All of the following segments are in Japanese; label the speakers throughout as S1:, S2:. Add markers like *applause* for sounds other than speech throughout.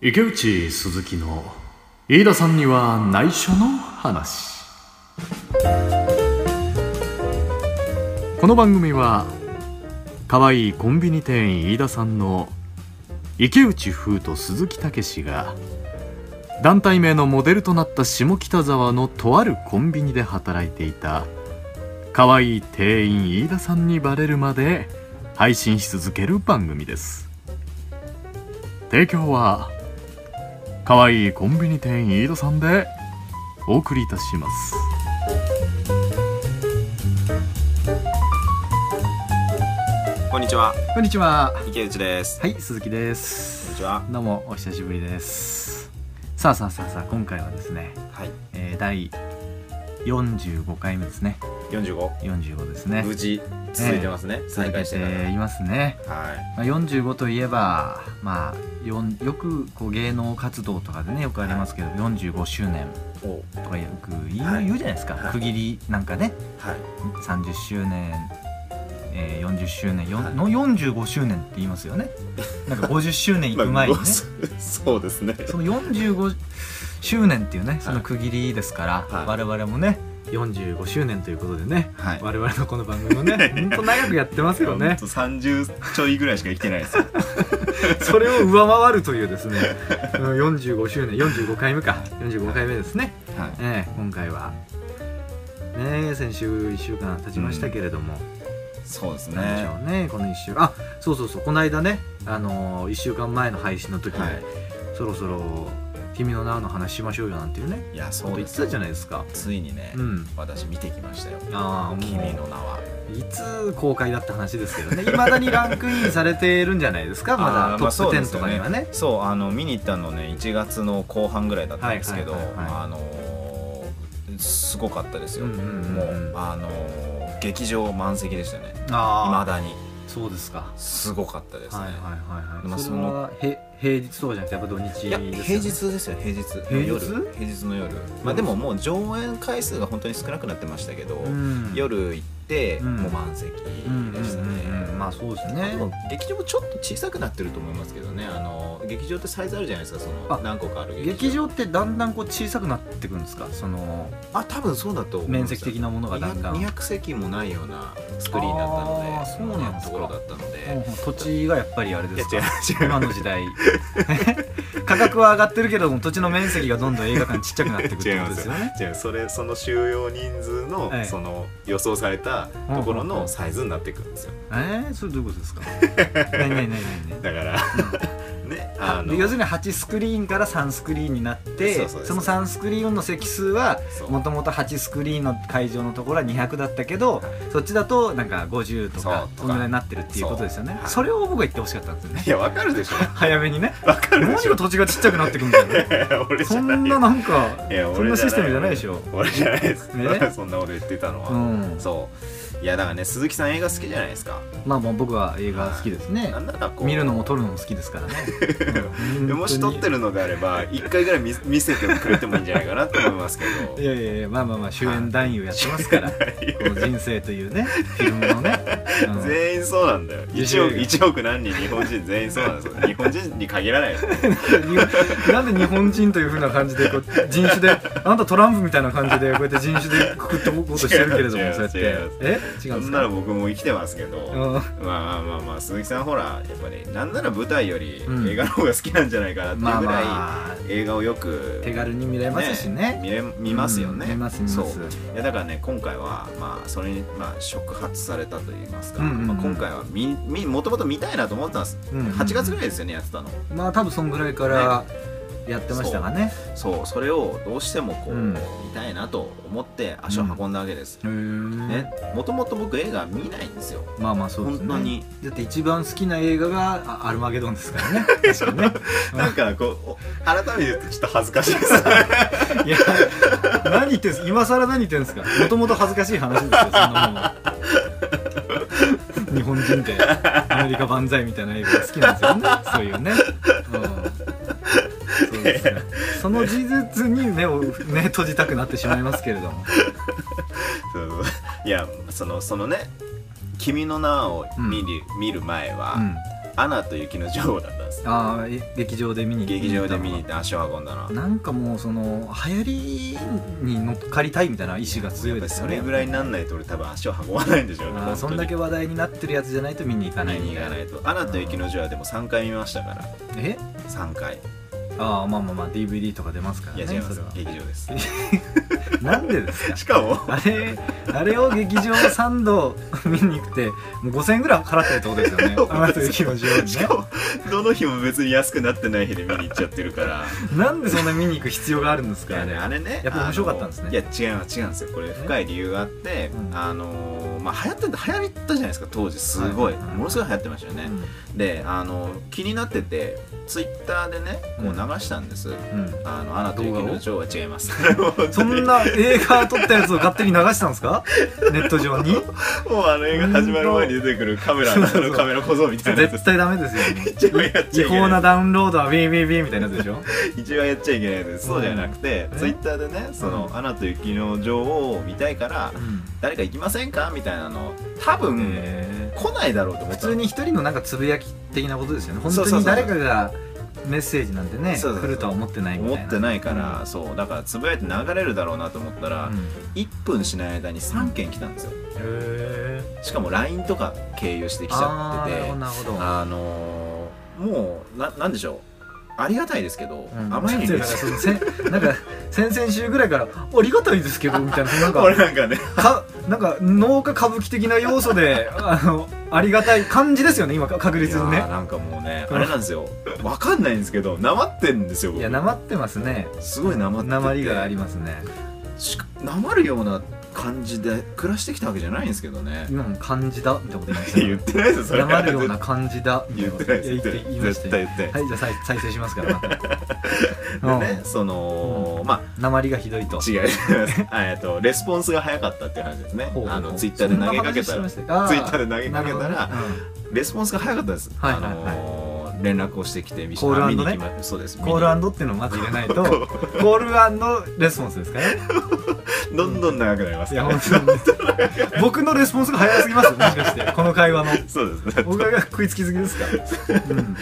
S1: 池内鈴木の飯田さんには内緒の話この番組は可愛いコンビニ店員飯田さんの池内風と鈴木武氏が団体名のモデルとなった下北沢のとあるコンビニで働いていた可愛い店員飯田さんにバレるまで配信し続ける番組です提供は可愛いコンビニ店員飯田さんでお送りいたします
S2: こんにちは、
S3: こんにちは。
S2: 池内です。
S3: はい、鈴木で
S2: こんに
S3: す。
S2: ちは。
S3: どうもお久しぶりです。さあさあさあさあ今回はですね、
S2: はい、
S3: えー、第45回目ですね。
S2: 45。
S3: 45ですね。
S2: 無事続いてますね。再開してか
S3: 続けいますね。
S2: ら。はい。
S3: まあ、45といえば、まあよんよくこう芸能活動とかでねよくありますけど、45周年
S2: お、
S3: とかよく言う,、
S2: はい
S3: 言うじゃないですか。
S2: はい
S3: 区切りなんかね、
S2: はい。
S3: 30周年。えー、40周年よん
S2: はい
S3: の45周年って言いま
S2: *laughs*
S3: すよねなんか50周年行く前にね
S2: そうですね。
S3: その45周年っていうねその区切りですから、
S2: はい
S3: 我々もね45周年ということでね、
S2: はい
S3: 我々のこの番組も
S2: *laughs*
S3: ねほんと長くやってますけどね
S2: 三十ちょいぐらいしか生きてないです *laughs* よ。
S3: それを上回るというですねうん45周年45回目か45回目ですね、
S2: はい。
S3: ええ今回は。ねえ、先週1週間経ちましたけれども、
S2: そうです
S3: なんでし
S2: ね。
S3: ょうねこの1週あそうそうそうこの間ね、あの1週間前の配信の時に、
S2: は
S3: そろそろ「君の名の話しましょうよ」なんていうね
S2: い。いや、
S3: こ
S2: そ
S3: と
S2: うで
S3: 言って
S2: す
S3: たじゃ
S2: よ。
S3: ないですか
S2: ついにね
S3: う、ん
S2: 私見てきましたよ。
S3: ああもう
S2: 君の名は。
S3: いつ公開だって話ですけどねいまだにランクインされてるんじゃないですかま
S2: あ
S3: だ
S2: ー
S3: ト
S2: まあ
S3: ップ10と
S2: そう
S3: か
S2: です
S3: に
S2: よ
S3: はね,、
S2: そうあの見に行ったのね1月の後半ぐらいだったんですけど
S3: はいはいはいはい
S2: あのーすごかったですよ、
S3: うんうんうんうん
S2: もうあのー劇場満席でしたねいま
S3: あ
S2: だに
S3: あそうですか
S2: すごかったですね、
S3: はいはいはい
S2: ま
S3: は
S2: あ
S3: い
S2: そ
S3: そ
S2: の
S3: れはへ平日とかじゃなくてやっぱ土日です
S2: い
S3: よ
S2: や
S3: ね
S2: 平日ですよ平日
S3: 平日
S2: 夜平日の夜まあでももう上演回数が本当に少なくなってましたけど、
S3: うん
S2: 夜行って
S3: うん
S2: もう満席
S3: うん
S2: でしたね、
S3: うんうんうんまあそうです
S2: で
S3: ね
S2: も劇場もちょっと小さくなってると思いますけどねあの劇場ってサイズあるじゃないですかその
S3: あ
S2: 何個かある
S3: 劇場ってだんだんこう小さくなっていくんですかその
S2: あ多分そうだと思
S3: 面積的
S2: な
S3: なものがだんだん
S2: 200席もないようなスクリーンだった
S3: あーそう
S2: ので
S3: なんです
S2: と
S3: か
S2: ころだったの
S3: ほん
S2: で
S3: ほん土地がやっぱりあれです
S2: いや
S3: か
S2: 違う違う
S3: 今の時代 *laughs* 価格は上がってるけども土地の面積がどんどん映画館ちっちゃくなっていくってことですよね
S4: じゃあそれその収容人数の、
S3: はい
S4: その予想されたところのサイズになっていくんですよ
S3: えー、それどういうことですか
S4: *laughs*
S3: ないないないないない
S4: だからねあ
S3: あ
S4: の
S3: 要するに8スクリーンから3スクリーンになって
S4: そ
S3: そう
S4: そうそう
S3: の3スクリーンの席数は
S4: そう
S3: もともと8スクリーンの会場のところは200だったけどそっちだとなんか50とか
S4: そうとか
S3: そんぐらいになってるっていうことですよね
S4: そうは
S3: そ
S4: い
S3: れを僕は言ってほしかったんですよね
S4: いやわかるでしょ
S3: 早めにね
S4: わかる
S3: 何
S4: でしょ
S3: が土地がちっちゃくなってくんだよね
S4: 俺じ
S3: *laughs* そ
S4: ゃない
S3: んななんか
S4: いや
S3: そん
S4: 俺
S3: な
S4: じゃ
S3: システムじゃないでしょ
S4: 俺じゃないです、
S3: ね
S4: そんなこと言ってたのは、
S3: うん
S4: そういやだからね鈴木さん映画好きじゃないですか
S3: まあまあ僕は映画好きですね
S4: なんならこう
S3: 見るのも撮るのも好きですからね
S4: でもし撮って
S3: る
S4: るのであれば一回ぐらい見見せてくれてもいいんじゃないかなと思いますけど
S3: いやいやいやまあまあまあ主演男優やってますからこう人生というねフィルムのね、うん
S4: 全員そうなんだよ
S3: 優秀
S4: 1億1億何人日本人全員そうなんですよ日本人に限らないよね
S3: なんで日本人というふうな感じでこう人種であなたトランプみたいな感じでこうやって人種でくくっておこうとしてるけれども
S4: 違う
S3: そうやって
S4: 違う
S3: え違うん
S4: そ
S3: で
S4: ん
S3: す
S4: なら
S3: か
S4: 僕も生きてますけど、まあ
S3: うん
S4: まあまあまあ鈴木さんほらやっぱりなんなら舞台より
S3: うん
S4: 映画の方が好きなんじゃないかなって
S3: ま
S4: い
S3: あ
S4: うぐらい、
S3: まあ
S4: 映画をよく
S3: 手軽に見れますしね
S4: 見れ見ますよね、
S3: うん見ます見ます
S4: そういやだからね今回はまあそれにまあ触発されたと言いますか、
S3: うんうんうん
S4: まあ、今回はみみもともと見たいなと思ってたんです、
S3: うん
S4: 8月ぐらいですよねやってたの
S3: まあ多分そんぐらいからやってましたがね
S4: そうそれをどうしてもこう、
S3: うん
S4: 見たいなと思って足を運んだわけです、
S3: へー
S4: ねもともと僕映画見ないんですよ
S3: まあまあそうですね
S4: 本当に
S3: だって一番好きな映画があアルマゲドンです
S4: *laughs*
S3: からね確かにね
S4: なんかこうお改めて言うとちょっと恥ずかしいです
S3: いや何言ってんす今更何言ってんすかもともと恥ずかしい話ですよそんなもん
S4: *laughs*
S3: 日本人ってアメリカ万歳みたいな映画が好きなんですよねそういうね、うん、そうですねその事実に目を、ね、閉じたくなってしまいますけれども
S4: *laughs* そうそういやそのそのね「君の名を見る,、見る前は、
S3: うん
S4: アナと雪の女王だったんです
S3: ああえ劇場で見に
S4: 劇場で見に行って足を運んだのは
S3: なんかもうその流行りに乗っかりたいみたいな意志が強いです
S4: そ
S3: よね
S4: れぐらいになんないと俺多分足を運ばないんでしょう
S3: あ
S4: ね
S3: ー
S4: 本当
S3: そ
S4: に
S3: んだけ話題になってるやつじゃないと見に行か
S4: 見
S3: ない
S4: に
S3: み
S4: 行
S3: た
S4: か
S3: いな
S4: ないと「アナと雪の女王」はでも3回見ましたから
S3: え
S4: 3回
S3: ああまあまあまあ DVD とか出ますからね
S4: いや違いま
S3: そ
S4: す
S3: れは
S4: 劇場です *laughs*
S3: なんでですか
S4: しかも
S3: あれあれを劇場3度見に行くってもう5000円ぐらい払ってるってことですよ
S4: *laughs*
S3: ねあなた雪の女王に
S4: し
S3: ね
S4: かもどの日も別に安くなってない日で見に行っちゃってるから
S3: なんでそんな見に行く必要があるんです
S4: い
S3: か
S4: や
S3: あれ
S4: ねあれね
S3: やっぱ面白かったんですね
S4: あのいや違う違うんですよこれ深い理由があって
S3: うん
S4: あのーまあ流行ってた流行ったじゃないですか当時すごい
S3: はい
S4: ものすごい流行ってましたよねであの気になっててツイッターでねこう流したんです
S3: うんうん
S4: 「あのアナと雪の女王」は違います
S3: そんな映画撮ったやつを勝手に流したんですかネット上に
S4: もうあの映画始まる前に出てくるカメ *laughs* ラのあ
S3: そうそう
S4: のカメラ小僧みたいなやつ
S3: 絶対ダメですよね
S4: 一番やっち
S3: 違
S4: ゃいけ
S3: 法
S4: な
S3: ないダウンロードはビービービーみたいなやつでしょ
S4: 一番やっちゃいけないやつですそうじゃなくて
S3: うん
S4: ツイッターでね「その
S3: うん
S4: アナと雪の女王」を見たいから誰か行きませんかみたいなの多
S3: う
S4: 分
S3: ん
S4: 来ないだろうと思
S3: 普
S4: った
S3: 通
S4: の
S3: に一人のなんかつぶやき的なことですよね本
S4: そう
S3: 当
S4: そう
S3: に
S4: そう
S3: 誰かがメッセージなんてね
S4: そうそうそう
S3: 来るとは思ってないみた
S4: 思
S3: いな
S4: ってないから、そうだからつぶやいて流れるだろうなと思ったら、1分しない間に3件来たんですよ
S3: へえ
S4: しかも LINE とか経由してきちゃ
S3: ああ
S4: って
S3: なるほ
S4: て
S3: どなるほど
S4: あのーもうななんでしょうありがたいですけど、
S3: うん
S4: あまりに
S3: だ
S4: 嬉
S3: から
S4: し
S3: そ
S4: い
S3: のせん *laughs* なんか先々週ぐらいから「ありがたいですけど」みたいななん
S4: *laughs* 俺
S3: か
S4: なんかね
S3: かなんか農家歌舞伎的な要素であのありがたい感じですよね今確
S4: いや
S3: 実にね
S4: ーなんかもうね
S3: うん
S4: あれなんですよわかんないんですけどなまってんですよ
S3: い
S4: 僕
S3: やなまってますね
S4: すごいなまってて
S3: なまりがありますね
S4: しかなまるような感じで暮らしてきたわけじゃないんですけどね
S3: 今も感じだみたいなこと言いました
S4: 言っ
S3: ね
S4: てないですよそれ
S3: なまるような感じだみたい
S4: 言っ
S3: な
S4: て
S3: こ
S4: な
S3: とや
S4: いです
S3: 言って言いまし
S4: 絶
S3: た
S4: 対
S3: よ
S4: 言ってない
S3: はいじゃあ再再生します
S4: *laughs*
S3: からま
S4: で
S3: た
S4: ね、その、ま
S3: うんなまりがひどいと
S4: あ違いますあえっとレスポンスが早かったっていう話ですね
S3: ほうほうほう
S4: あのツイッターで投げかけた
S3: そん
S4: ら
S3: な話
S4: ツイ
S3: してま
S4: ッタ
S3: した
S4: ーで投げ
S3: あ
S4: か
S3: ー
S4: けた
S3: なるほ
S4: ら、
S3: どね
S4: レスポンスが早かったです、
S3: はいはいはい
S4: あのー連絡をしてきて見
S3: コール
S4: 見に
S3: ね
S4: 行きまそうです
S3: うんコールっていうのをまず入れない
S4: *laughs*
S3: とコールレスポンスですかね
S4: 見にどんどん長くなります
S3: い
S4: ね
S3: や本当に僕のレスポンスが早すぎますよもしかしてこの会
S4: *laughs*
S3: 話の
S4: そうですね
S3: 僕が食いつきすぎ
S4: *laughs*
S3: ですか、うん、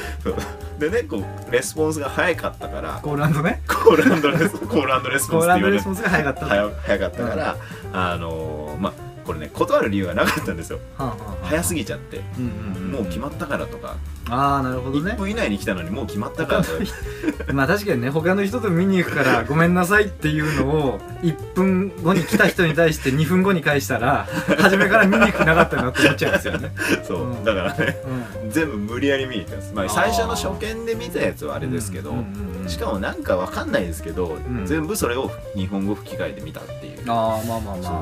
S4: でねこうレスポンスが早かったから
S3: コールね
S4: コー
S3: *laughs*
S4: ルレスコールレス
S3: コ
S4: ポンスって
S3: ー
S4: 言わ
S3: ル
S4: れ
S3: レ
S4: る
S3: スポンスが早かったは
S4: 早早かったから、あのーまあこれね断る理由がなかったんですよ
S3: あはあはあ
S4: 早すぎちゃって、
S3: うんうんうん
S4: もう決まったからとか、
S3: ああなるほど
S4: 1
S3: ね
S4: 分以内に来たのにもう決
S3: *laughs*
S4: まったからとか
S3: まあ確かにね他の人と見に行くからごめんなさいっていうのを1分後に来た人に対して2分後に返したら初めから見に行くなかったなって思っちゃうんですよね、
S4: そう、
S3: うん
S4: だからね
S3: うん、
S4: 全部無理やり見に行ったんです、まあ、
S3: あー
S4: 最初の初見で見たやつはあれですけど、
S3: うんうんうん
S4: しかもなんかわかんないですけど、
S3: ん
S4: 全部それを日本語吹き替えて見たっていう
S3: ああまあまあま
S4: そう
S3: あ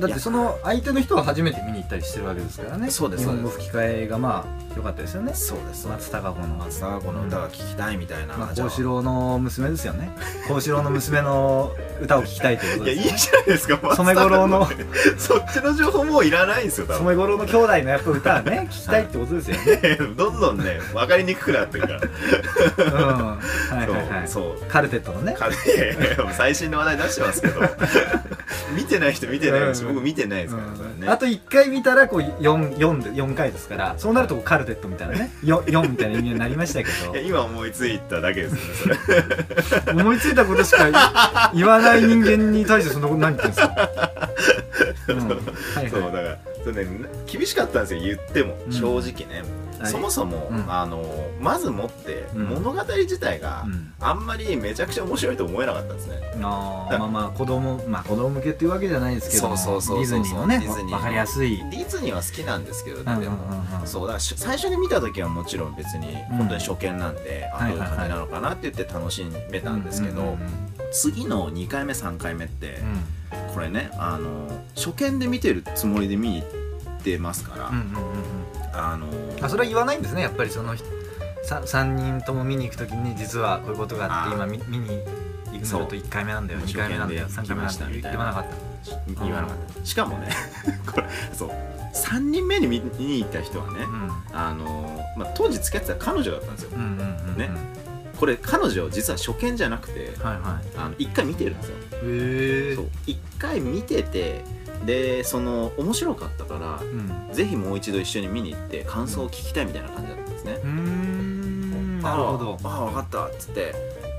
S3: だってその相手の人は初めて見に行ったりしてるわけですからね
S4: そうです
S3: 日
S4: そう
S3: 本
S4: です
S3: 語吹き替えがまあ良かったですよね
S4: そうですそうです
S3: 松たか子の
S4: 松坂子の歌が聴きたいみたいな、
S3: まあ、
S4: じゃあ
S3: 幸四郎の娘ですよね幸四郎の娘の歌を聴きたいということ
S4: いやい
S3: で
S4: い
S3: す
S4: じゃないですか
S3: 染五郎の
S4: 松坂子って *laughs* そっちの情報もういらないんですよ多分
S3: 染五郎の兄弟のやっぱ歌はね聴きたいってことですよね
S4: *laughs* どんどんね分かりにくくなってるから
S3: うんはいはいはい
S4: そうそう
S3: カルテットのね
S4: かいやいやいや最新の話題出してますけど *laughs* 見てない人見てないし、
S3: うん
S4: 僕見てないですから、それ
S3: う
S4: ね
S3: んあと1回見たらこう 4, 4, で4回ですからそうなるとこうカルテットみたいなね 4, 4みたいな意味になりましたけ
S4: いや今思いついただけですよねそれ
S3: ど思いついたことしか言わない人間に対してそんなこと何言ってんですか、うんはい
S4: そう
S3: は
S4: だ
S3: い
S4: からそれ、ね、厳しかったんですよ言っても、
S3: うん
S4: 正直ね、
S3: はい
S4: そもそも、
S3: うん
S4: あのまずもって、
S3: うん
S4: 物語自体が、
S3: うん
S4: あんまりめちゃくちゃ面白いと思えなかったんですね
S3: あーまあまあ子供まあ子供向けっていうわけじゃないですけども
S4: そうそうそうそう
S3: ディズニーのね
S4: ディズニーの
S3: わかりやすい
S4: ディズニーは好きなんですけど、
S3: うんうん
S4: で
S3: う
S4: も
S3: んうん
S4: そうだからし最初に見た時はもちろん別に
S3: うん
S4: 本当に初見なんで、あ
S3: は
S4: ど
S3: いう
S4: いう
S3: はいはい
S4: 感じなのかなって言って楽しめたんですけど、
S3: うんうんうん
S4: 次の2回目3回目って、
S3: うん
S4: これねあの初見で見てるつもりで見に行ってますから、
S3: うんうんうんうん
S4: あの
S3: あそれは言わないんですねやっぱりその人さ3人とも見に行くときに実はこういうことがあって
S4: あ
S3: 今見見に行くのだと
S4: そう
S3: 1回目なんだよ
S4: もう
S3: 2回目なんだよ
S4: 初
S3: 3
S4: 見で
S3: 回目なんだよ
S4: 行きましたみ
S3: 言
S4: たい
S3: わ
S4: な
S3: なかっ
S4: 言わなかったしかもね *laughs* これそう3人目に見見に行った人はね、
S3: た
S4: あのまあ、当時付き合ってた彼女だったんですよ
S3: うんうんうんうんうん
S4: ねこれ彼女実は初見じゃなくて
S3: はいはい
S4: あの1回見てるんですよ、
S3: へえ
S4: そう1回見ててでその面白かったから
S3: うん
S4: ぜひもう一度一緒に見に行って感想を聞きたいみたいな感じだったんですね、
S3: うーんなるほど
S4: ああ分かったっつって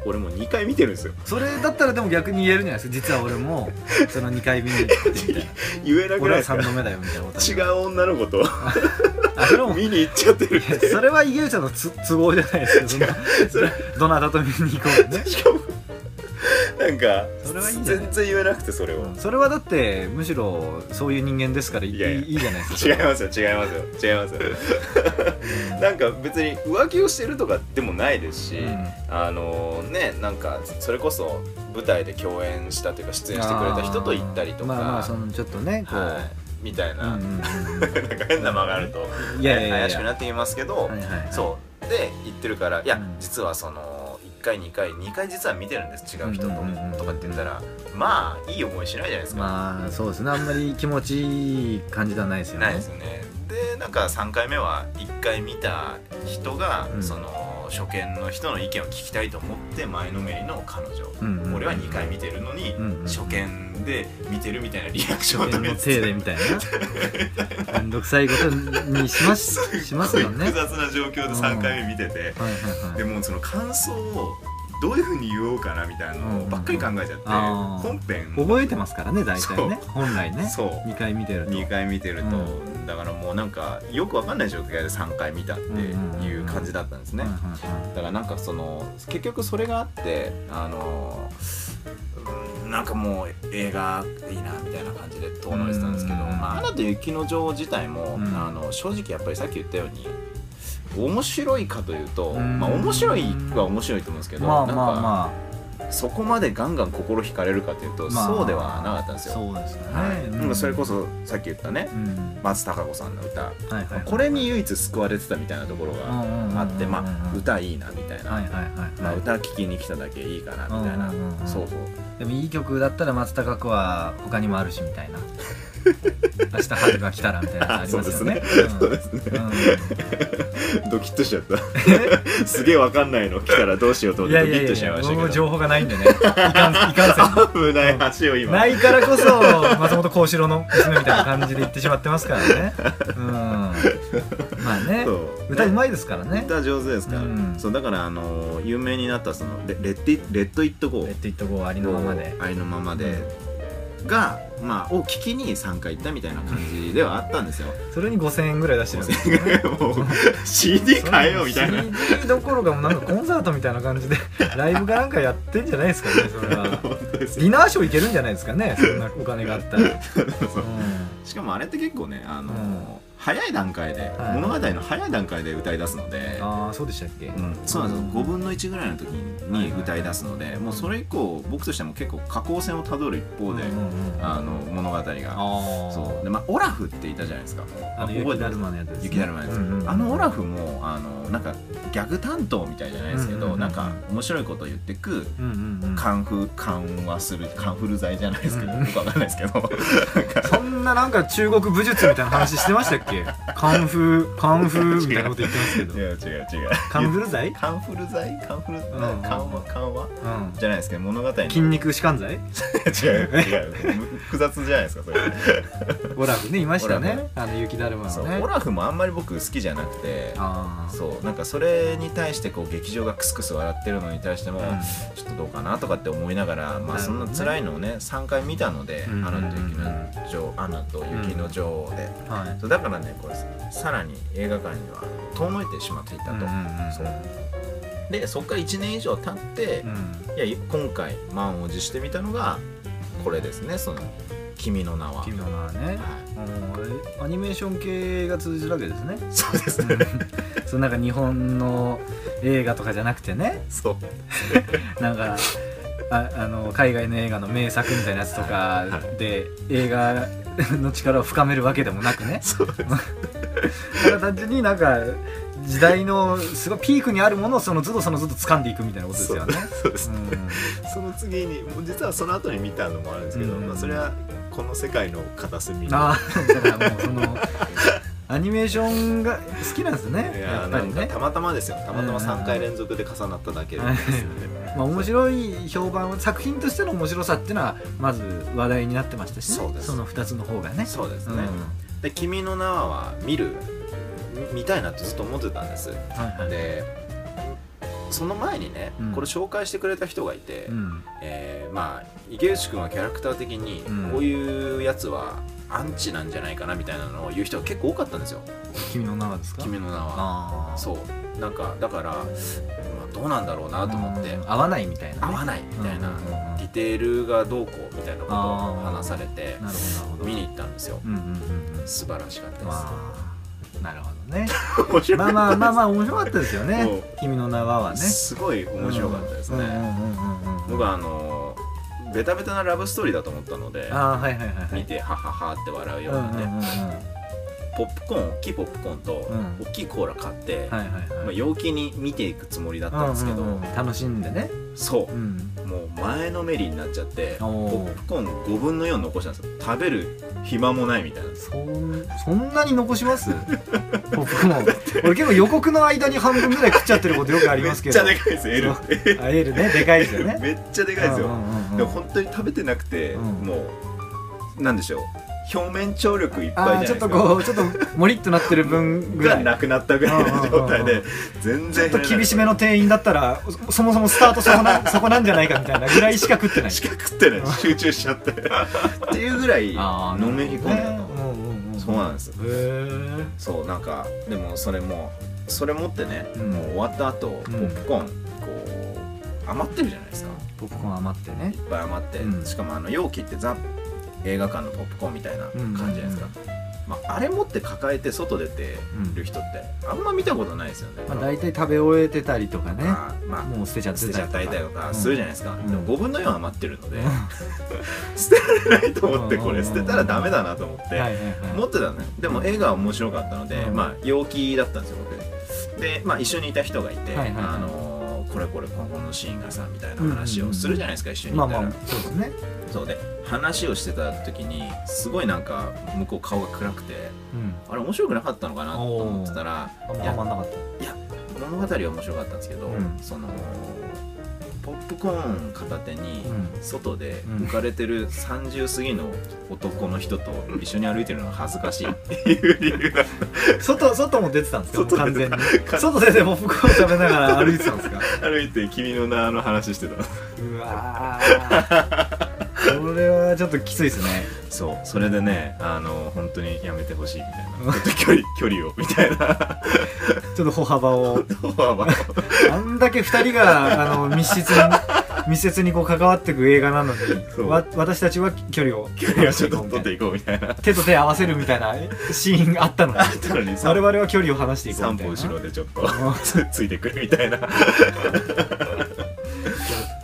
S4: 俺もう2回見てるんですよ
S3: それだったらでも逆に言えるじゃないですか実は俺もその2回見に行ってみ
S4: *laughs*
S3: たいな
S4: 言えな
S3: 俺
S4: くない
S3: は
S4: ですか
S3: 3度目だよみたいなこと
S4: 違う女の子と *laughs*
S3: あそれもい
S4: 見に行っちゃってる
S3: やそれはゆうちゃんのつ都合じゃないですけどそんな
S4: それ
S3: どなたと見に行こうね
S4: しかもなんか
S3: それはいいんじゃない
S4: 全然言えなくてそれを
S3: それはだってむしろそういう人間ですからいい
S4: いやいや
S3: いいじゃないですかそ
S4: *laughs* 違
S3: れ
S4: い
S3: は
S4: ますよ違いますよ違
S3: *laughs*
S4: いますよなんか別に浮気をしてるとかでもないですし、あのねなんかそれこそ舞台で共演したというか出演してくれた人と行ったりとか、
S3: まあまあそのちょっとねこう、
S4: はい、みたいな、
S3: うんうん
S4: なんか変な間があると *laughs*
S3: うんいやいやいや
S4: 怪しくなってきますけど、
S3: はいはいはい
S4: そうで言ってるからいや、
S3: うん
S4: 実はその1回2回2回実は見てるんです違う人と、
S3: うんうんうんうん
S4: とかって言ったらまあいい思いしないじゃないですか、
S3: まあそうですねあんまり気持ちいい感じではないですよね
S4: ないですよねでなんか3回目は1回見た人が、
S3: うん
S4: その初見の人の意見を聞きたいと思って前のめりの彼女、
S3: うんうん
S4: 俺は2回見てるのに、
S3: うんうんうん
S4: 初見で見てるみたいなリアクションを
S3: 自分
S4: 取り
S3: の
S4: つ
S3: せい
S4: つ
S3: でみたいなめ
S4: *laughs*
S3: んどくさいことにしますしますよね
S4: 複雑な状況で3回目見てて、
S3: はいはいはい
S4: でもうその感想をどういうふうに言おうかなみたいなのばっかり考えちゃって、
S3: あー
S4: 本編
S3: 覚えてますからね大体ね本来ね
S4: そう
S3: 2回見てると
S4: 2回見てると、だからもうなんかよくわかんない状態で3回見たっていう感じだったんですね、
S3: はいはいはい
S4: だからなんかその結局それがあってあのうんなんかもう映画いいなみたいな感じで遠のいてたんですけど「
S3: うん
S4: まあ、アナと雪の女王」自体も、
S3: うん
S4: あの正直やっぱりさっき言ったように面白いかというと、
S3: うん
S4: まあ面白いは面白いと思うんですけど、
S3: まあま
S4: な
S3: あ
S4: んか、
S3: ま
S4: そこまでガンガン心惹かれるかというと、
S3: あまあ
S4: そうではなかったんですよ。
S3: そうですね
S4: はい
S3: うん
S4: でもそれこそさっき言ったね
S3: うん
S4: 松たか子さんの歌、
S3: はいはいはい
S4: これに唯一救われてたみたいなところ
S3: うんうんうんうん
S4: があって、まあ、歌いいなみたいな、
S3: はいはいはい
S4: ま
S3: は
S4: あ、
S3: い
S4: 歌聴きに来ただけいいかなみたいな、
S3: うんうんうんうん
S4: そうそう
S3: でもいい曲だったら松たか子は他にもあるしみた
S4: *laughs*
S3: いな明日春が来たらみたいなのありますよね
S4: そうですね
S3: うんうん
S4: *laughs* ドキッとしちゃった *laughs* すげえわかんないの来たらどうしようと
S3: い
S4: 思っ
S3: や
S4: て
S3: いや
S4: ドキッと
S3: い
S4: しちゃい
S3: や
S4: ました
S3: 僕
S4: け
S3: も
S4: ど
S3: 情報がないんでねいかんいかんせん
S4: 危ない橋を *laughs* 今
S3: ないからこそ松本幸四郎の娘みたいな感じで言ってしまってますから
S4: *laughs*
S3: ねうんまあね
S4: そう
S3: 歌うまいですからね
S4: 歌上手ですから、
S3: うん
S4: そうだからあのー有名になったそのレレッティレッド・イット・ゴ
S3: レ
S4: ー
S3: ッド・イット・ゴーありのままで
S4: ありのままでが、まあ、を聞きに参加行ったみたいな感じではあったんですよ。
S3: それに5000円ぐらい出してるんですよ
S4: *laughs* もう CD 買えよみたいな
S3: その CD どころかもうなんかコンサートみたいな感じ
S4: *laughs*
S3: でライブかなんかやってんじゃないですかねそれは
S4: 本当です
S3: ディナーショーいけるんじゃないですかねそんなお金があったら、うん
S4: しかもあれって結構ね、あの
S3: うん
S4: 早い段階で、
S3: はい
S4: 物語の早い段階で歌い出すので、
S3: ああそうでしたっけ、
S4: うん、そうなんですよ5分の1ぐらいの時
S3: はい
S4: に
S3: はい
S4: 歌い出すので、もうそれ以降僕としても結構下降線をたどる一方で、
S3: うんうんうんあ
S4: あの物語が。
S3: あ
S4: そうでまあ、オラフっていたじゃないですか
S3: あの
S4: 覚え
S3: 雪
S4: て
S3: だ
S4: ます
S3: るまのやつです、ね、
S4: 雪だるまです、
S3: うんうん
S4: あのオラフもあのなんかギャグ担当みたいじゃないですけど、
S3: うんうんうん
S4: なんか面白いこと言ってく
S3: うんうんうん
S4: カンフ緩和するカンフル剤じゃないですけど、
S3: うん
S4: よくわかんないですけど *laughs*
S3: そんななんか中国武術みたいな話してましたっ
S4: *laughs*
S3: けカンフーカンフーみたいなこと言ってますけど
S4: 違う違う違う
S3: カンフル剤、
S4: カンフル剤カンフル
S3: んうんうん
S4: 緩和緩和
S3: うん、
S4: じゃないですけど物語の
S3: 筋肉弛緩剤
S4: *laughs* 違う違う複雑じゃないですかそれ
S3: オラフねいました
S4: オラフ
S3: ねあの雪だるま
S4: そ
S3: の
S4: う
S3: ね
S4: オラフもあんまり僕好きじゃなくて
S3: ああ
S4: そうなんかそれに対してこう劇場がクスクス笑ってるのに対しても、ちょっとどうかなとかって思いながら、
S3: な
S4: まあ、
S3: る
S4: そ
S3: ほ
S4: ん
S3: ど
S4: な
S3: ね
S4: 辛いのをね3回見たので「
S3: うん
S4: アナと雪の女王」アナと雪の女王で、
S3: うんはい
S4: そうだからねこれさらに映画館には遠のいてしまっていたと、そうでそっから1年以上経って、
S3: うん
S4: いや今回満を持してみたのがこれですねその「君の名は」
S3: 君の名はね
S4: はい
S3: あのアニメーション系が通じるわけですね
S4: そうですね、
S3: そのなんか日本の映画とかじゃなくてね
S4: そう
S3: なんかああの海外の映画の名作みたいなやつとかで映画の力を深めるわけでもなくね
S4: そうです
S3: ただ単純になんか時代のすごいピークにあるものをその都度その都度掴んでいくみたいなことですよね。
S4: そうです、
S3: うん
S4: その次にもう実はその後に見たのもあるんですけど、
S3: うん
S4: まあ、それはこの世界の片隅に *laughs*
S3: ああだからもうそのアニメーションが好きなんですね
S4: い
S3: や
S4: や
S3: っぱ
S4: な
S3: り
S4: んか
S3: ね
S4: たまたまですよたまたま3回連続で重なっただけですよね
S3: まあ、面白い評判を作品としての面白さっていうのはまず話題になってましたし、ね、
S4: そうです
S3: の2つの方がね
S4: そうです
S3: う
S4: ね
S3: ん、
S4: で「君の名は」見るみ見たいなってずっと思ってたんです
S3: はいはい
S4: でその前にね、
S3: うん
S4: これ紹介してくれた人がいて、
S3: うん
S4: えーまあ池内君はキャラクター的に
S3: うん
S4: こういうやつはアンチなんじゃないかなみたいなのを言う人が結構多かったんですよ
S3: 君の名はです
S4: 「
S3: か
S4: 君の名は
S3: あ」ー
S4: そうなんかだから、まあ、どうなんだろうなと思って
S3: うん合わないみたいな、ね、
S4: 合わないみたいな
S3: うんうんうんうん
S4: ディテールがどうこうみたいなことを話されて
S3: なるほどなるほど
S4: 見に行ったんですよ
S3: うんうんうんうん
S4: 素晴らしかったです
S3: まあなるほどね
S4: 面白
S3: まあ
S4: か
S3: まあまあ
S4: っ
S3: まあ面白かったですよね
S4: うん
S3: 「君の名は」
S4: た
S3: はね
S4: ですすごい面白かったですね、
S3: うんうんうんうんうん
S4: 僕はあのーベタベタなラブストーリーだと思ったので
S3: ああはいはいはいは
S4: 見
S3: い
S4: てハハハって笑うよ
S3: う
S4: うん
S3: うん
S4: な
S3: うん
S4: ね、
S3: うんはい
S4: ポップコーン大きいポップコーンと、
S3: うん
S4: 大きいコーラ買って、
S3: はいはい
S4: まあ、陽気に見ていくつもりだったんですけど、
S3: うんうんうん楽しんでね
S4: そううんもう前のめりになっちゃってポ
S3: おー
S4: ップコーン5分の4残したんですよ食べる暇もないみたいな
S3: そんそんなに残します僕も俺結構予告の間に半分ぐらい食っちゃってることよくありますけど
S4: めっちゃでかいですよ L
S3: そうあえるねでかいですよね
S4: めっちゃでかいですよ、
S3: うんうんうんうん
S4: でも本当に食べてなくて、
S3: うん
S4: もうなんでしょう表面張力いっ
S3: あ
S4: ぱ
S3: あ
S4: い
S3: ち
S4: じゃ
S3: ょっ
S4: ないですか
S3: とこうちょっともりっとなってる分ぐ
S4: が
S3: らい
S4: なくなったぐらいの状態
S3: うん
S4: で
S3: う
S4: 全然
S3: ちょっと厳しめの店員だったらそそもそもスタートそこなそこなんじゃないかみたいなぐらいしか食ってない
S4: しか食ってない集中しちゃってっていうぐらい
S3: あー
S4: のめり込んだ
S3: ね
S4: の
S3: うんうんうん
S4: そうなんです
S3: へー
S4: そうなんかでもそれもそれ持ってね、
S3: うん
S4: もう終わった後ポップコーンこう余ってるじゃないですか
S3: ポップコーン余ってね
S4: いっぱい余って、
S3: うん
S4: しかもあの容器ってザ映画館のポップコーンみたいな感じじゃないですか、まあ、あれ持って抱えて外出てる人ってあんま見たことないですよね、
S3: まあ、大体食べ終えてたりとかね
S4: まあまあ
S3: もう捨てちゃって
S4: 捨てちゃったりだとかするじゃないですか、
S3: ん
S4: でも5分の4余ってるので、捨てられ *laughs* ないと思ってこれ捨てたらダメだなと思って、
S3: はいはいはい
S4: 持ってたのねでも絵が面白かったので、
S3: うん
S4: まあ陽気だったんですよ僕で、まあ、一緒にいた人がいて、
S3: はいはいはい
S4: あのーこれこれここのシーンがさみたいな話をするじゃないですか、一緒にい
S3: ま
S4: た
S3: あ
S4: ら、
S3: まあそうですね、
S4: そうで話をしてた時にすごいなんか向こう顔が暗くて
S3: うん、
S4: あれ面白くなかったのかなと思ってたら
S3: あんま
S4: いや
S3: はまんなかった
S4: 物語は面白かったんですけど、
S3: うん
S4: そのポップコーン片手に
S3: うん
S4: 外で
S3: うん
S4: 浮かれてる30過ぎの男の人と一緒に歩いてるのが恥ずかしいっていう理由が
S3: 外外も出てたんですか
S4: 外
S3: 完全に
S4: 完
S3: 外出てポップコーン食べながら歩いてたんですか
S4: 歩いて君の名の話してた
S3: *laughs* うわーこれはちょっときついですね
S4: そうそれでねあの本当にやめてほしいみたい *laughs* なちょっと距離距離をみ *laughs* たいな
S3: ちょっと歩幅をあんだけ2人があの密接に *laughs* 密接にこう関わっていく映画なの
S4: そ
S3: に
S4: う
S3: わ私たちは距離を
S4: 距離をちょっと取っていこうみたいな
S3: 手と手合わせるみたいなシーンがあったのに
S4: あった *laughs* のに
S3: 我々は距離を離していこう
S4: 3
S3: みたい
S4: 歩
S3: な
S4: 後ろでちょっとつついてくるみたいな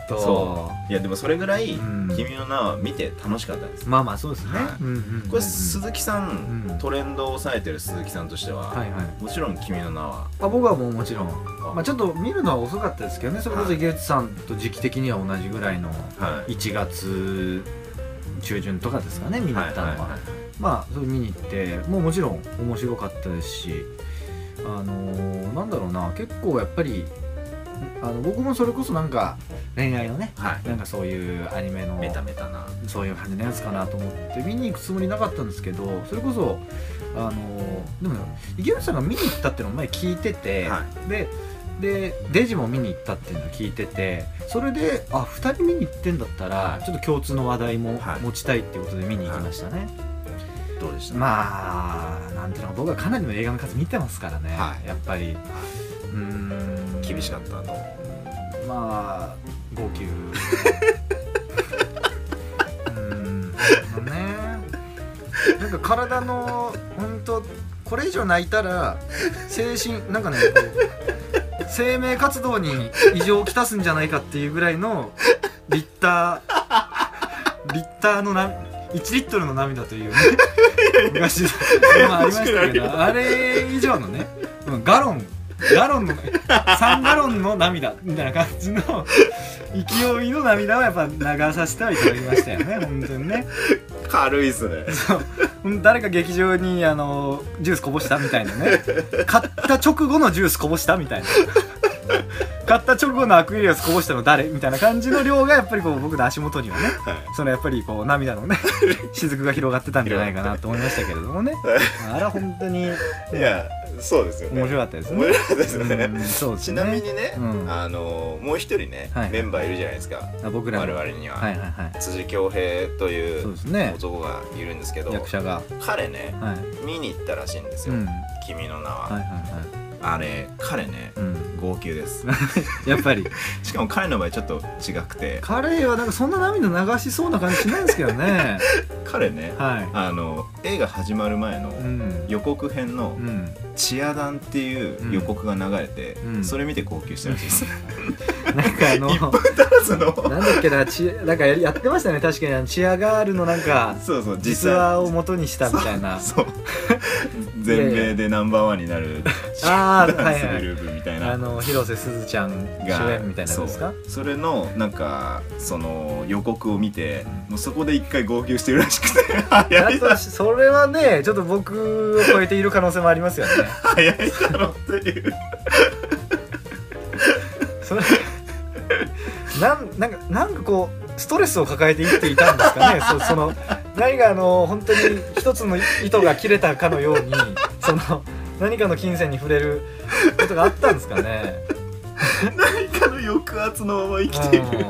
S3: と
S4: そいやでもそれぐらい
S3: うん
S4: 「君の名は」見て楽しかったです
S3: まあまあそうですね、
S4: はい
S3: うんうんうんうん
S4: これ鈴木さん、
S3: うん
S4: トレンドを抑えてる鈴木さんとしては、
S3: はいはい
S4: もちろん「君の名は
S3: あ僕はもうもちろん、」まあ、
S4: ち
S3: ちょっと見るのは遅かったですけどねそれこそ池内さんと時期的には同じぐらいの
S4: はい
S3: 1月中旬とかですかね見に行
S4: は
S3: っ
S4: い
S3: たのは,、
S4: は
S3: まあそれ見に行ってもうもちろん面白かったですしあのーなんだろうな結構やっぱりあの僕もそれこそなんか恋愛のね
S4: いはい、は
S3: なんかそういうアニメの
S4: い、メタメタな
S3: そういう感じのやつかなと思って見に行くつもりなかったんですけどそれこそあのでも池内さんが見に行ったっていうのを前聞いてて、
S4: は
S3: ででデジも見に行ったっていうのを聞いててそれであ2人見に行ってんだったらちょっと共通の話題も
S4: はい
S3: 持ちたいっていうことで見に行きましたね、
S4: どうでした、
S3: まあなんていうの僕はかなりの映画の数見てますからね、
S4: はい
S3: やっぱりうーん
S4: 厳しかったの
S3: まあ号泣うーんまあねなんか体の本当これ以上泣いたら精神なんかねこう生命活動に異常をきたすんじゃないかっていうぐらいのリッターリッターのな1リットルの涙というね昔まあありましたけどあれ以上のねうんガロンガロンの3ガロンの涙みたいな感じの勢いの涙はやっぱ流させてはいただきましたよね本当にね
S4: 軽い
S3: *laughs*
S4: っすね
S3: うん誰か劇場にあのジュースこぼしたみたいな
S4: *laughs*
S3: ね買った直後のジュースこぼしたみたいな買った直後のアクエリアスこぼしたの誰みたいな感じの量がやっぱりこう僕の足元にはね、
S4: はい
S3: そのやっぱりこう涙の
S4: *laughs*
S3: ね雫が広がってたんじゃないかなと思いましたけれどもねあれは本当に
S4: いやそうですよね
S3: 面白かったですね
S4: 面白かったですね、
S3: うんそうです
S4: ち
S3: ね
S4: なみにね、
S3: うん
S4: あのもう一人ね、
S3: はい
S4: メンバーいるじゃないですか
S3: あ僕ら
S4: 我
S3: の
S4: 々
S3: はい
S4: には、
S3: はいはい
S4: 辻恭平とい
S3: そう
S4: う
S3: ですね
S4: 男がいるんですけど
S3: 役者が
S4: 彼ね
S3: はい
S4: 見に行ったらしいんです
S3: う
S4: よ「
S3: んはい
S4: 君の名は」
S3: はいは
S2: あれ彼ね
S3: いうん
S2: 号泣です
S3: やっぱり
S2: しかも彼の場合ちょっと違くて
S3: 彼はなんかそんな涙流しそうな感じしないんですけどね
S2: 彼ね
S3: は
S2: あの映画始まる前の
S3: いうん
S2: 予告編の
S3: うん
S2: 「チアダン」っていう予告が流れて、
S3: うん
S2: それ見て号泣したらしいです、
S3: *laughs*
S4: *laughs*
S3: なんかあの
S2: その
S3: なんだっけなちなんかやりやってましたね確かにあのチアガールのなんか
S2: そうそう実
S3: 実
S2: 際
S3: 話を元にしたみたいな
S2: そう
S3: *laughs*
S2: 全米でナンバーワンになる
S3: あー
S2: ダン
S3: はい
S2: ス
S3: はい
S2: グループみたいな
S3: あの広瀬すずちゃん主
S2: が
S3: 演みたいなのですか
S2: そうそれのなんかその予告を見て、もうそこで一回号泣してるらしく
S3: *laughs*
S2: て早
S3: だ
S2: いだ
S3: としそれはねちょっと僕を超えている可能性もありますよね
S2: 早いだろっていう
S3: それ *laughs* なんなんかなんかこうストレスを抱えて生きていたんで
S2: *laughs*
S3: すかねそその何かあの本当に一つの糸が切れたかのよ
S2: *laughs*
S3: うにその何かの金銭に触れることがあったんですかね
S2: 何かの抑圧のまま生きている
S3: うん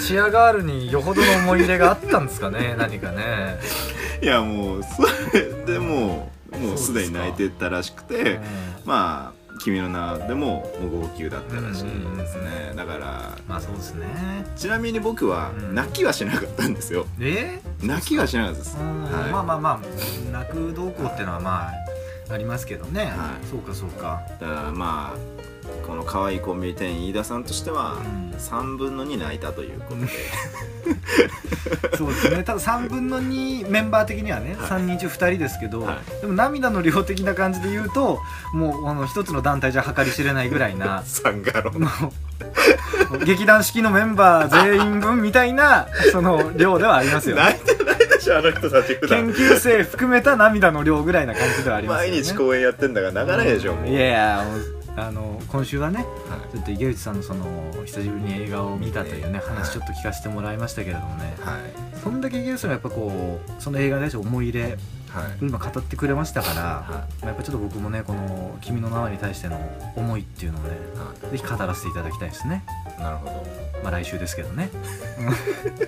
S3: チアガールによほどの思い入れがあったんですか
S2: *laughs*
S3: ね何かね、
S2: いやもうそれでもうもうすでに泣いてたらしく
S3: う
S2: て
S3: ん
S2: まあ「君の名」でももう号泣だったらしいですねだから
S3: まあそうですね
S2: ちなみに僕は
S3: うん
S2: 泣きはしなかったんですよ
S3: え
S2: 泣きはしなかったです
S3: うん
S2: はい
S3: まあまあまあ泣く動向っていうのはまあありますけどね、
S2: はい
S3: そうかそうか、
S2: だからまあこの可愛いコンビニ店員飯田さんとしては
S3: うん
S2: 3分の2泣いたということで
S3: そうですねただ3分の2メンバー的にはね、
S2: はい
S3: 3人中2人ですけど、
S2: は
S3: でも涙の量的な感じで言うともうあの一つの団体じゃ計り知れないぐらい
S4: *laughs*
S3: な
S4: サンガロン
S3: もう劇団式のメンバー全員分みたいなその量ではありますよね
S4: 泣いてないでしょあの人たち普
S3: 研
S4: 段
S3: 究生含めた涙の量ぐらいな感じではあります
S4: 毎
S3: よね
S4: 日公演やってんだから流れないでしょもう
S3: いやいやもうあの今週はね、
S2: はい
S3: ちょっと池内さんのその久しぶりに映画を見たという
S2: 見
S3: ね
S2: て
S3: 話ちょっと聞かせてもらいましたけれどもね、
S2: はい
S3: そんだけ池内さんがやっぱこうその映画に対して思い入れ
S2: はい
S3: 今語ってくれましたから、
S2: は
S3: まあ、やっぱちょっと僕もねこの「君の名は」に対しての思いっていうのをね
S2: いは
S3: ぜひ語らせていただきたいですね
S2: いなるほ
S3: まあ来週ですけどね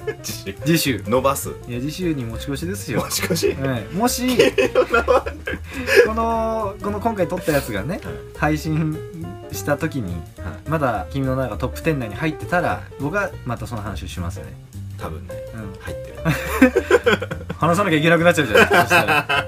S2: ど
S3: *laughs* 次週
S2: 伸ばす
S3: いや次週に持ち越しです *laughs* よ
S4: もしかし
S3: ええもし *laughs* このこの今回撮ったやつがね
S2: はい
S3: 配信した時に
S2: は
S3: まだ「君の名がトップ10内に入ってたら僕はまたその話をしますね、
S2: 多分ね
S3: うん、
S2: 入ってる
S3: 話さなきゃいけなくなっちゃうじゃないそしたら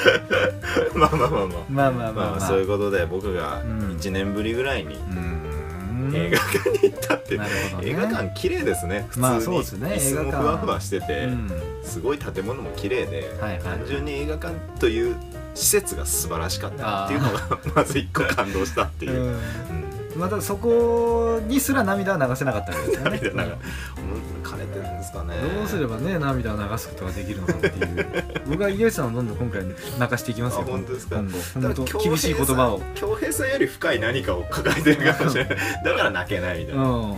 S3: まあまあ
S4: まあまあまあまあ
S3: まあ、
S2: ま
S3: ま
S2: あ
S3: あ、
S2: そういうことで僕が
S3: うん
S2: 1年ぶりぐらいに
S3: うん
S2: 映画館に行ったって
S3: なるほどね
S4: 映画館綺麗ですね普通に、
S3: まあそうですね
S4: 椅子
S3: 映
S4: も
S3: 画館
S4: ふわふわしてて、
S3: うん
S4: すごい建物も綺麗で、
S3: はいはい
S4: 単純に映画館という施設が素晴らしかったっていうのが *laughs* まず一個感動したっていう、
S3: うん
S4: うん
S3: またそこにすら涙は流せなかったわけですよね
S4: 涙流枯れてるんですかね
S3: どうすればね涙を流すことができるのかっていう僕は家内さんをどんどん今回泣かしていきますよ
S4: あ本当ですか
S3: うん
S4: だ
S3: 本
S4: か
S3: 当
S4: ら恭平さん
S3: 厳しい言葉を
S4: 恭平さんより深い何かを抱えてるかもしれないだから泣けないみた
S3: う
S4: い
S3: ん
S4: な、
S3: 本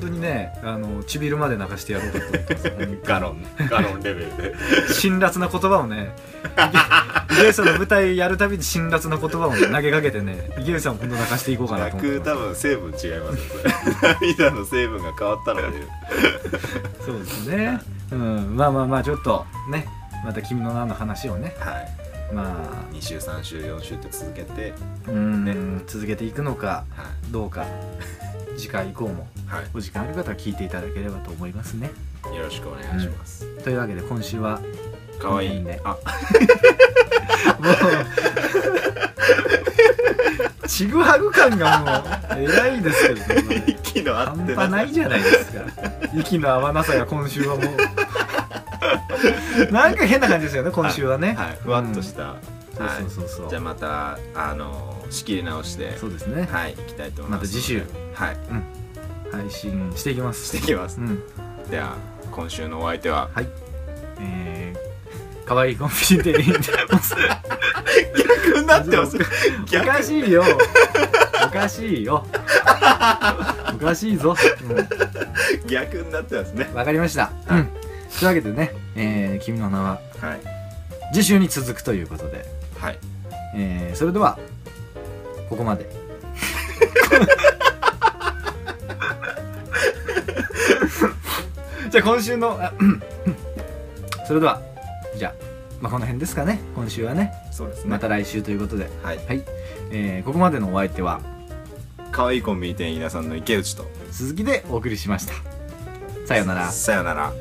S3: 当にねあの唇まで泣かしてやろうかと思ってます
S4: ガロンガロンレベルで
S3: 辛辣な言葉をね池内さんの舞台やるたびに辛辣な言葉を、ね、投げかけてね池内さんを今度泣かしていこうかなと
S4: 泣
S3: 思って
S4: く
S3: ま
S4: 多分成分違いますよそれ涙の成分が変わったのです
S3: そうですね、うん、まあまあまあちょっとねまた「君の名」の話をね
S4: はい
S3: ま
S4: 2週3週4週って続けて
S3: あうん、
S4: ね
S3: 続けていくのか
S4: は
S3: どうか *laughs* 次回以降も
S4: はい
S3: お時間ある方は聞いていただければと思いますね。
S4: いよろしくお願いします、
S3: というわけで今週は
S4: かわい
S3: い
S4: い
S3: いね
S4: あ
S3: もう *laughs* ちぐはぐ感がもう偉いですけどね。
S4: *laughs* 息の合
S3: 半
S4: って
S3: 端
S4: な
S3: ないいじゃないですか。息の合わなさが今週は
S4: *laughs*
S3: もうなんか変な感じですよね今週はね。
S4: はい、ふわっとした、
S3: そうそうそうそう。
S4: じゃあまたあの仕切り直して
S3: そうですね。
S4: はい行きたいと思い
S3: ま
S4: ます
S3: た次週
S4: はい
S3: 配信していきま
S4: し
S3: す。
S4: ていきます
S3: うん。
S4: では今週のお相手は、
S3: はいえー、可愛いコンビニ店員
S4: 逆になってます
S3: おかしいよおかしいよおかしいぞ、う
S4: 逆になってますね
S3: ん、わかりました、
S4: はい
S3: うん、というわけでね、えー、君の名は
S4: はい
S3: 次週に続くということで、
S4: はい
S3: えー、それではここまで *laughs* じゃあ今週のあうんそれではじゃあ、まあ、この辺ですかね今週はね
S4: そうですね
S3: また来週ということで、
S4: はい
S3: えーここまでのお相手は
S4: 可愛いコンビニ店員皆さんの池内と
S3: 鈴木でお送りしましたさようなら
S4: さよなら